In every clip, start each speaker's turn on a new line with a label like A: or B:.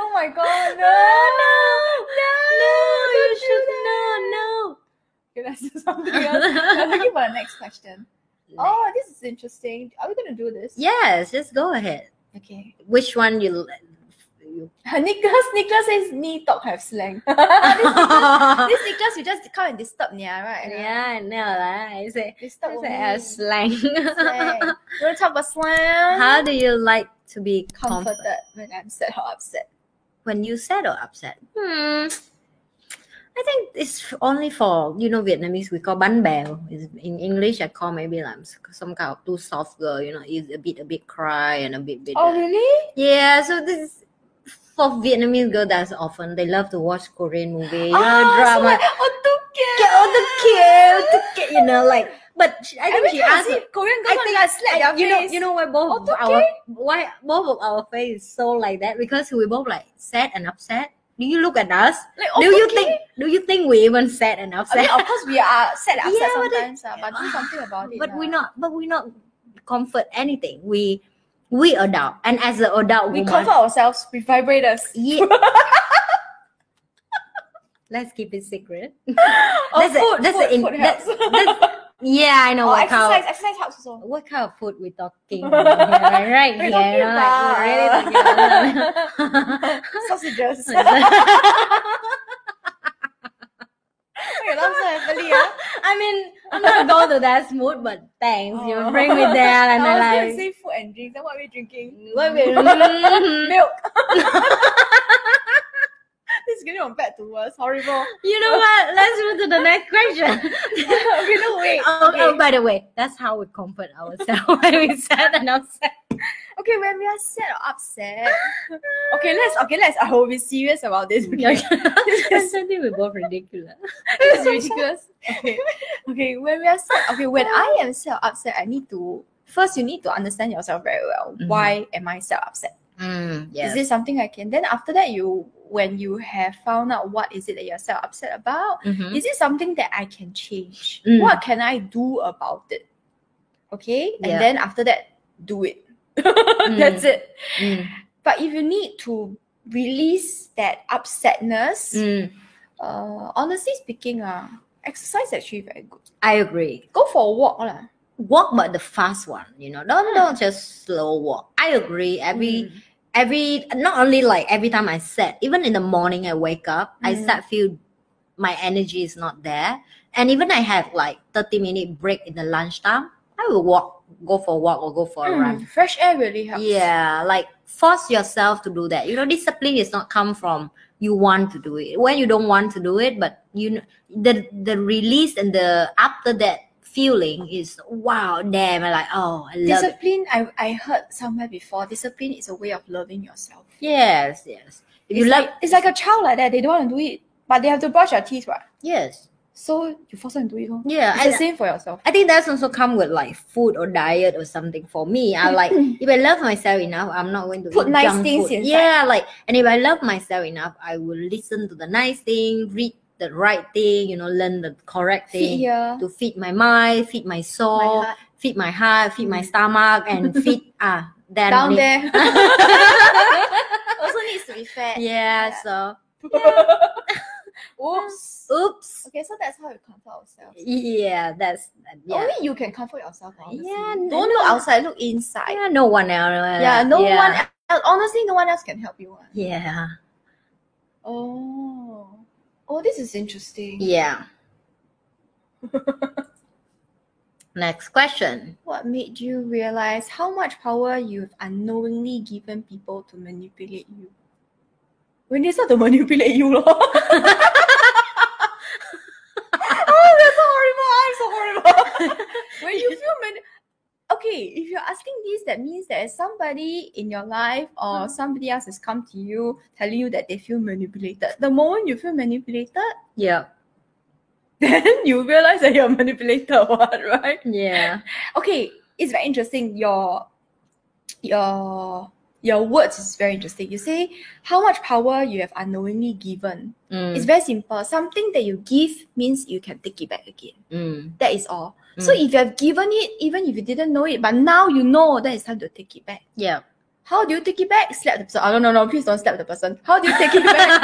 A: Oh my god, no, no,
B: you
A: don't do that.
B: should no, no.
A: Okay, that's just something else. I'm looking for the next question. Oh, this is interesting. Are we gonna do this?
B: Yes, just go ahead.
A: Okay.
B: Which one you? you
A: Nicholas, Nicholas says, "Ni talk have slang." this, Nicholas, this Nicholas, you just come and disturb Nia, right?
B: yeah, no, lah. I say,
A: Disturb me.
B: it's a slang.
A: Slang. You wanna talk about slang?
B: How do you like to be comforted?
A: comforted when I'm sad or upset?
B: when you sad or upset? Hmm. I think it's only for you know Vietnamese we call ban bèo. It's- In English, I call maybe like some kind of too soft girl. You know, is a bit a bit cry and a bit bit.
A: Oh, really?
B: Yeah, so this for Vietnamese girl that's often they love to watch Korean movie, you know,
A: Ah, so
B: drama.
A: like, oh, too cute.
B: Get all the cute, cute, you know, like. But she, I think
A: Every
B: she
A: time I
B: asked.
A: see Korean girls,
B: I
A: I think
B: think-
A: I slap
B: you
A: their
B: know,
A: face.
B: you know why both of
A: Oh,
B: our why both of our face is so like that because we both like sad and upset. Do you look at us?
A: like,
B: do you
A: okay.
B: think do you think we even sad and
A: I mean,
B: upset?
A: of course, we are sad, upset
B: Yeah, but it-
A: sometimes, uh, but do something about it.
B: but we
A: uh.
B: not but we not comfort anything. We we adult and as an adult
A: we
B: woman,
A: comfort ourselves with vibrators.
B: Yeah. Let's keep it secret.
A: Or
B: That's a-
A: food,
B: that's a
A: food,
B: in-
A: food
B: that's-
A: helps.
B: Yeah, I know
A: or
B: what
A: Oh,
B: kind.
A: exercise,
B: of-
A: exercise helps also.
B: What kind of food we talking about here, right
A: We're
B: here?
A: talking
B: like, we're really talking
A: Sausages.
B: about-
A: Wait, laugh so happily, ah.
B: I mean, I'm not going to that mood, but thanks. You
A: Oh.
B: bring me there, and
A: I was
B: I
A: gonna
B: like. Mm.
A: say food and drinks. Then what are we drinking?
B: What we-
A: Milk. this is getting from bad to worse. Horrible.
B: you know what? Let's move to the next question.
A: okay, no, wait.
B: Oh,
A: okay.
B: oh, by the way, that's how we comfort ourselves when we sad and upset.
A: Okay, when we are sad or upset. okay, let's okay, let's I will be serious about this.
B: Yeah,
A: Okay.
B: I think we're both ridiculous.
A: this is ridiculous. Okay. Okay, when we are sad okay, when I am sad or upset, I need to first you need to understand yourself very well.
B: Mhm.
A: Why am I sad or upset?
B: Mm,
A: Is this something I can then after that you when you have found out what is it that you're sad or upset about?
B: Mhm.
A: is it something that I can change?
B: Mm.
A: What can I do about it? Okay,
B: Yeah.
A: and then after that, do it.
B: Mm.
A: That's it.
B: Mm,
A: But if you need to release that upsetness,
B: mm.
A: uh, honestly speaking, uh, exercise actually very good.
B: I agree.
A: Go for a walk. lah.
B: walk but the fast one you know don't don't just slow walk i agree every
A: Mm.
B: every not only like every time i set even in the morning i wake up i
A: Mm.
B: start feel my energy is not there and even i have like 30 minute break in the lunchtime i will walk go for a walk or go for a
A: Mm,
B: run
A: Fresh air really helps.
B: yeah like force yourself to do that you know discipline is not come from you want to do it when you don't want to do it but you know the the release and the after that feeling is wow damn I like oh i love it
A: Discipline, I, I heard somewhere before, discipline is a way of loving yourself.
B: yes yes if you
A: it's
B: love
A: like, it's like a child like that, they don't want to do it, but they have to brush their teeth, right?
B: yes
A: So you force them to do it. lor.
B: yeah
A: It's
B: I,
A: the same for yourself.
B: I think that's also come with like food or diet or something for me. I like if I love myself enough, I'm not going to
A: Mm-hmm. Put
B: eat
A: nice
B: junk
A: things
B: food.
A: inside.
B: Yeah, like and if I love myself enough, I will listen to the nice thing, read the right thing, you know, learn the correct
A: Sit
B: thing
A: here.
B: to feed my mind, feed my
A: My
B: soul,
A: heart Mm-hmm.
B: feed my heart, feed my stomach, and feed ah then
A: down
B: it-
A: there. also needs to be fed.
B: Yeah,
A: Yeah.
B: so
A: Oops.
B: oops.
A: Okay, so that's how you comfort ourselves.
B: Yeah, that's
A: Oh,
B: yeah.
A: Only you can comfort yourself. Honestly.
B: Yeah,
A: Don't
B: no-
A: look outside. Look inside.
B: yeah, no one else.
A: Yeah. no one. Else, honestly, no one else can help you. ah.
B: Yeah,
A: Oh. Oh, this is interesting.
B: yeah. Next question.
A: What made you realize how much power you've unknowingly given people to manipulate you? When they start to manipulate you, lor. oh, that's so horrible! I'm so horrible. when you feel man, okay, if you're asking this, that means there is somebody in your life or somebody else has come to you telling you that they feel manipulated. The moment you feel manipulated,
B: Yeah,
A: then you realize that you're a manipulator, what, right?
B: yeah,
A: okay it's very interesting your your your words is very interesting you say how much power you have unknowingly given
B: Mm,
A: it's very simple something that you give means you can take it back again
B: mm,
A: that is all so
B: Mm.
A: if you have given it even if you didn't know it but now you know then it's time to take it back
B: yeah,
A: How do you take it back? Slap the person. Oh, no, no, no, please don't slap the person. How do you take it back?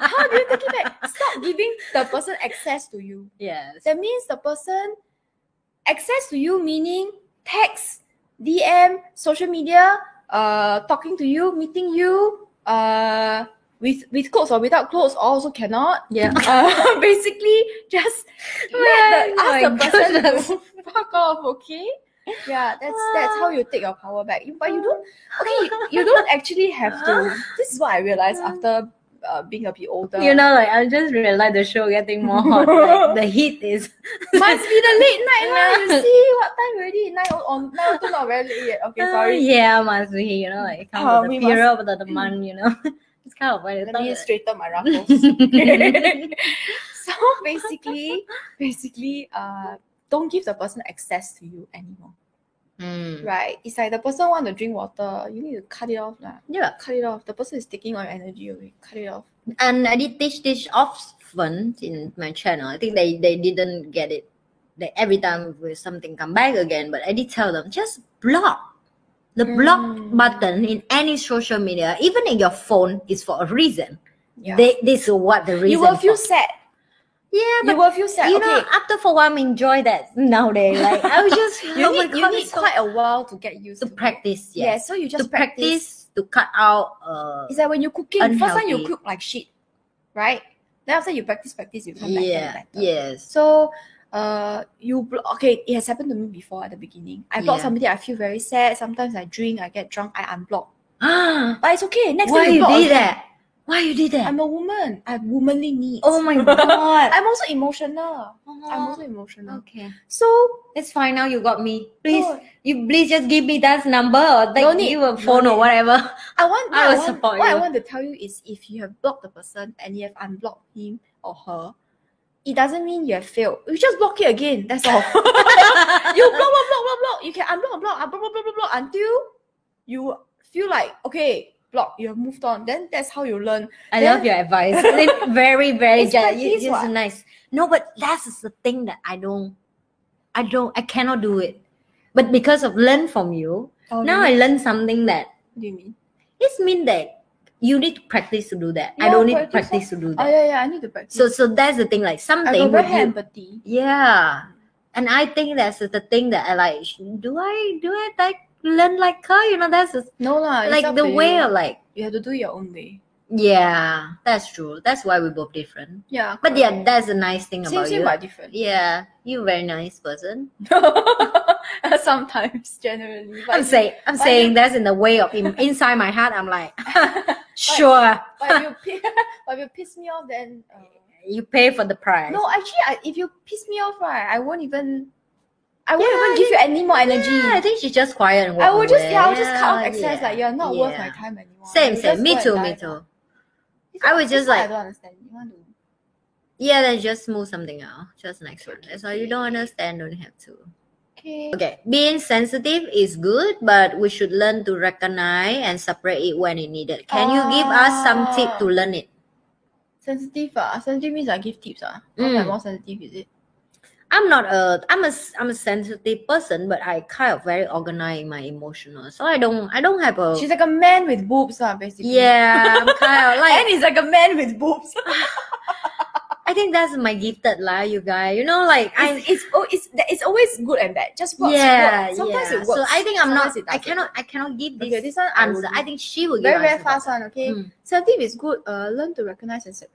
A: How do you take it back? Stop giving the person access to you.
B: yes.
A: That means the person access to you meaning text, DM, social media, uh, talking to you, meeting you, uh, with with clothes or without clothes also cannot.
B: Yeah.
A: Uh, basically, just let the,
B: My
A: ask the person
B: goodness.
A: to fuck off. Okay. Yeah, that's that's how you take your power back. You- But you don't. Okay, you don't actually have to. This is what I realized after uh, being a bit older.
B: You know, like I just realized the show getting more hot. Like, the heat is
A: Must be the late night lah. You see what time already? Nine o- on nine o- not very late yet. Okay,
B: Uh,
A: sorry.
B: yeah, must be. You know, like kind
A: Uh,
B: of
A: we
B: the
A: must-
B: period of the, the month. You know, it's kind of what it's
A: Let me
B: like.
A: straighten my ruffles. so basically, basically, uh, don't give the person access to you anymore.
B: Mm.
A: Right? It's like the person want to drink water. You need to cut it off lah.
B: Yeah,
A: Cut it off. The person is taking on your energy away. Cut it off.
B: and I did teach this often in my channel. I think they they didn't get it. They every time with something come back again, but I did tell them just block. The block
A: Mm.
B: button in any social media, even in your phone, is for a reason.
A: Yeah.
B: They, this is what the reason.
A: you will feel
B: for.
A: sad.
B: Yeah, but
A: You will feel sad.
B: you
A: okay.
B: know, after for a while, I enjoy that nowadays. Like I was just
A: you
B: oh my
A: need, you
B: God,
A: need
B: it's so-
A: quite a while to get used
B: to
A: to, It.
B: practice.
A: Yeah.
B: Yes,
A: so you just
B: to practice, to cut out. Uh,
A: It's like when you're cooking, first time you cook
B: Unhealthy.
A: like shit, right? Then after you practice, practice, you come back
B: yeah,
A: better.
B: yes.
A: So, uh, you blo- okay? It has happened to me before at the beginning. I block
B: Yeah.
A: somebody, I feel very sad. Sometimes I drink, I get drunk, I unblock.
B: Ah,
A: But it's okay. Next
B: why
A: time you,
B: you
A: block
B: did
A: again.
B: that? Why you did that?
A: I'm a woman. I have womanly needs.
B: oh my god!
A: I'm also emotional. I'm also emotional.
B: okay.
A: So
B: It's fine now. You got me. Please,
A: oh,
B: you please just give me that number or like
A: No need,
B: give a
A: no
B: phone or
A: need.
B: whatever.
A: I want. what
B: I will
A: want-
B: support
A: What I
B: you.
A: want to tell you is, if you have blocked the person and you have unblocked him or her, it doesn't mean you have failed. You just block it again. That's all. you block, block, block, block, block. You can unblock, block, unblock, block, block, block, block until you feel like okay, block. You have moved on. Then that's how you learn.
B: I
A: Then-
B: love your advice. It's very, very
A: It's
B: gen-
A: practice
B: it's
A: what?
B: nice. No, but that's the thing that I don't, I don't, I cannot do it. But because of learn from you,
A: Oh,
B: now I learned something that
A: what do you mean?
B: it's mean that you need to practice to do that. I
A: Yeah,
B: don't need to
A: practice,
B: practice to do
A: Oh
B: that.
A: yeah, yeah. I need to practice.
B: So, so that's the thing.
A: I
B: Like
A: got
B: something
A: very
B: with
A: high
B: you,
A: empathy.
B: yeah. And I think that's the thing that I like. sh- Do I do I like learn like her? You know, that's the,
A: No lah. Uh, it's
B: like
A: up
B: the
A: to you.
B: way of like.
A: you have to do it your own way.
B: Yeah, that's true. That's why we're both different.
A: Yeah.
B: But
A: correct.
B: yeah, that's a nice thing
A: same,
B: about
A: same
B: you.
A: but different.
B: Yeah, you're a very nice person.
A: Sometimes, generally,
B: I'm
A: but,
B: saying I'm
A: but
B: saying
A: you-
B: that's in the way of in, inside my heart. I'm like, sure,
A: but if you pi- but if you piss me off, then uh,
B: you pay for the price.
A: no. Actually, I, if you piss me off, right, I won't even. I won't
B: Yeah,
A: even give you any more energy.
B: yeah, I think she's just quiet and walk
A: I will just yeah, I will
B: away.
A: just cut off
B: Yeah,
A: access. Like you're not worth my time anymore.
B: Same,
A: You
B: same.
A: just
B: Me
A: go and
B: too,
A: die
B: me
A: now.
B: too.
A: This
B: I
A: is-
B: was
A: this
B: just
A: is what I
B: like-
A: don't understand. You want to
B: Yeah, then just move something out. Just next one. That's why you don't understand, don't have to.
A: okay.
B: Okay, being sensitive is good, but we should learn to recognize and separate it when it needed. Can you give us some tip to learn it?
A: Sensitive ah, sensitive means I give tips ah. How
B: Mm.
A: am I more sensitive is it?
B: I'm not a I'm a s- I'm a sensitive person, but I kind of very organized in my emotional. So I don't I don't have a
A: She's like a man with boobs ah, basically.
B: Oh. yeah. I'm kind of
A: and
B: like
A: he's like a man with boobs.
B: I think that's my gifted lah, you guys. You know, like I
A: it's, it's oh it's that- it's always good and bad. Just works.
B: yeah
A: works. Sometimes
B: yeah.
A: it works.
B: So I think I'm
A: sometimes it
B: not I
A: doesn't.
B: cannot I cannot give this
A: Okay, this one I
B: answer.
A: will
B: I
A: do.
B: think she will give
A: very very
B: answer
A: fast one.
B: about
A: Okay,
B: Mm.
A: sensitive is good. Uh, learn to recognize and say,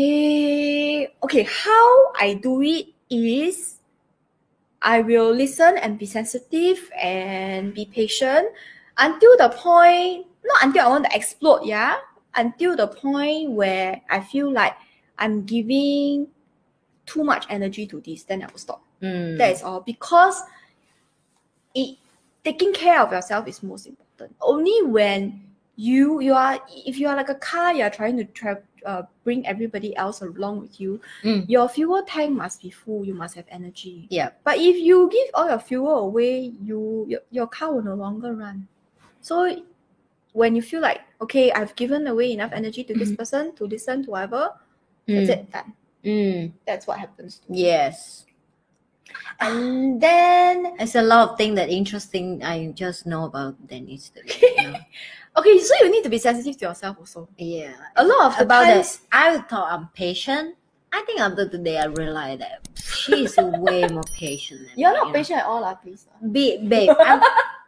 A: hey, okay, how I do it is, I will listen and be sensitive and be patient until the point. Not until I want to explode. Yeah, until the point where I feel like I'm giving too much energy to this, then I will stop.
B: that. Mm.
A: That is all. Because it taking care of yourself is most important. Only when you you are if you are like a car, you are trying to tra- uh, bring everybody else along with you.
B: Mm.
A: Your fuel tank must be full. You must have energy.
B: Yeah.
A: But if you give all your fuel away, you your, your car will no longer run. So when you feel like okay, I've given away enough energy to this person to listen to whatever,
B: Mm-hmm. Mm.
A: that's it done.
B: Mm.
A: That's what happens. To me.
B: Yes.
A: And then
B: It's a lot of things that interesting I just know about than history. you know?
A: okay, so you need to be sensitive to yourself also.
B: Yeah.
A: A lot of the
B: About
A: times,
B: that, I thought I'm patient. I think after today I realized that she's way more patient. Than
A: You're
B: me,
A: not
B: you know?
A: patient at all, lah, please. lah.
B: Be, babe, I'm,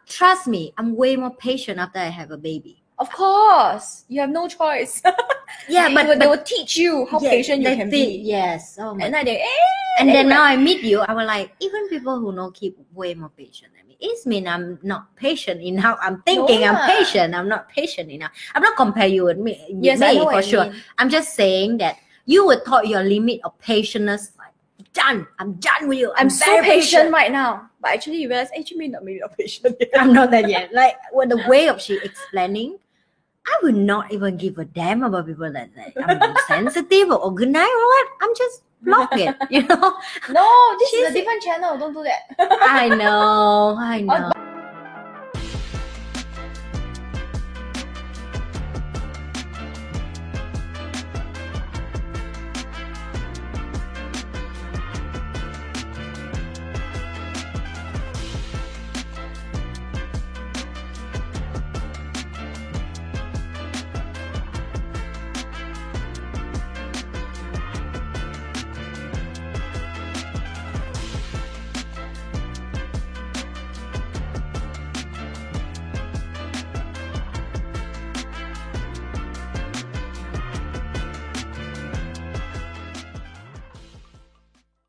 B: trust me, I'm way more patient after I have a baby.
A: Of course, you have no choice.
B: Yeah,
A: They
B: but,
A: will- they
B: but
A: will teach you how
B: yeah,
A: patient you
B: they
A: can
B: did,
A: be.
B: Yes. Oh my
A: And then they, eh,
B: And then
A: Anyway.
B: now I meet you, I was like, even people who know keep way more patient than me. It's mean I'm not patient in how I'm thinking.
A: No lah.
B: I'm patient. I'm not patient enough. I'm not compare you with me. with
A: yes, I
B: me,
A: know
B: for
A: what you
B: sure.
A: mean.
B: I'm just saying that you were taught your limit of patience. Like, done. I'm done with you.
A: I'm, so
B: very
A: patient, right now, but actually you realize actually not maybe not patient.
B: I'm not that yet. Like with the way of she explaining, I would not even give a damn about people that that I'm sensitive or organized or what. I'm just block it. You know.
A: no, this is
B: She's-
A: a different channel. Don't do that.
B: I know. I know.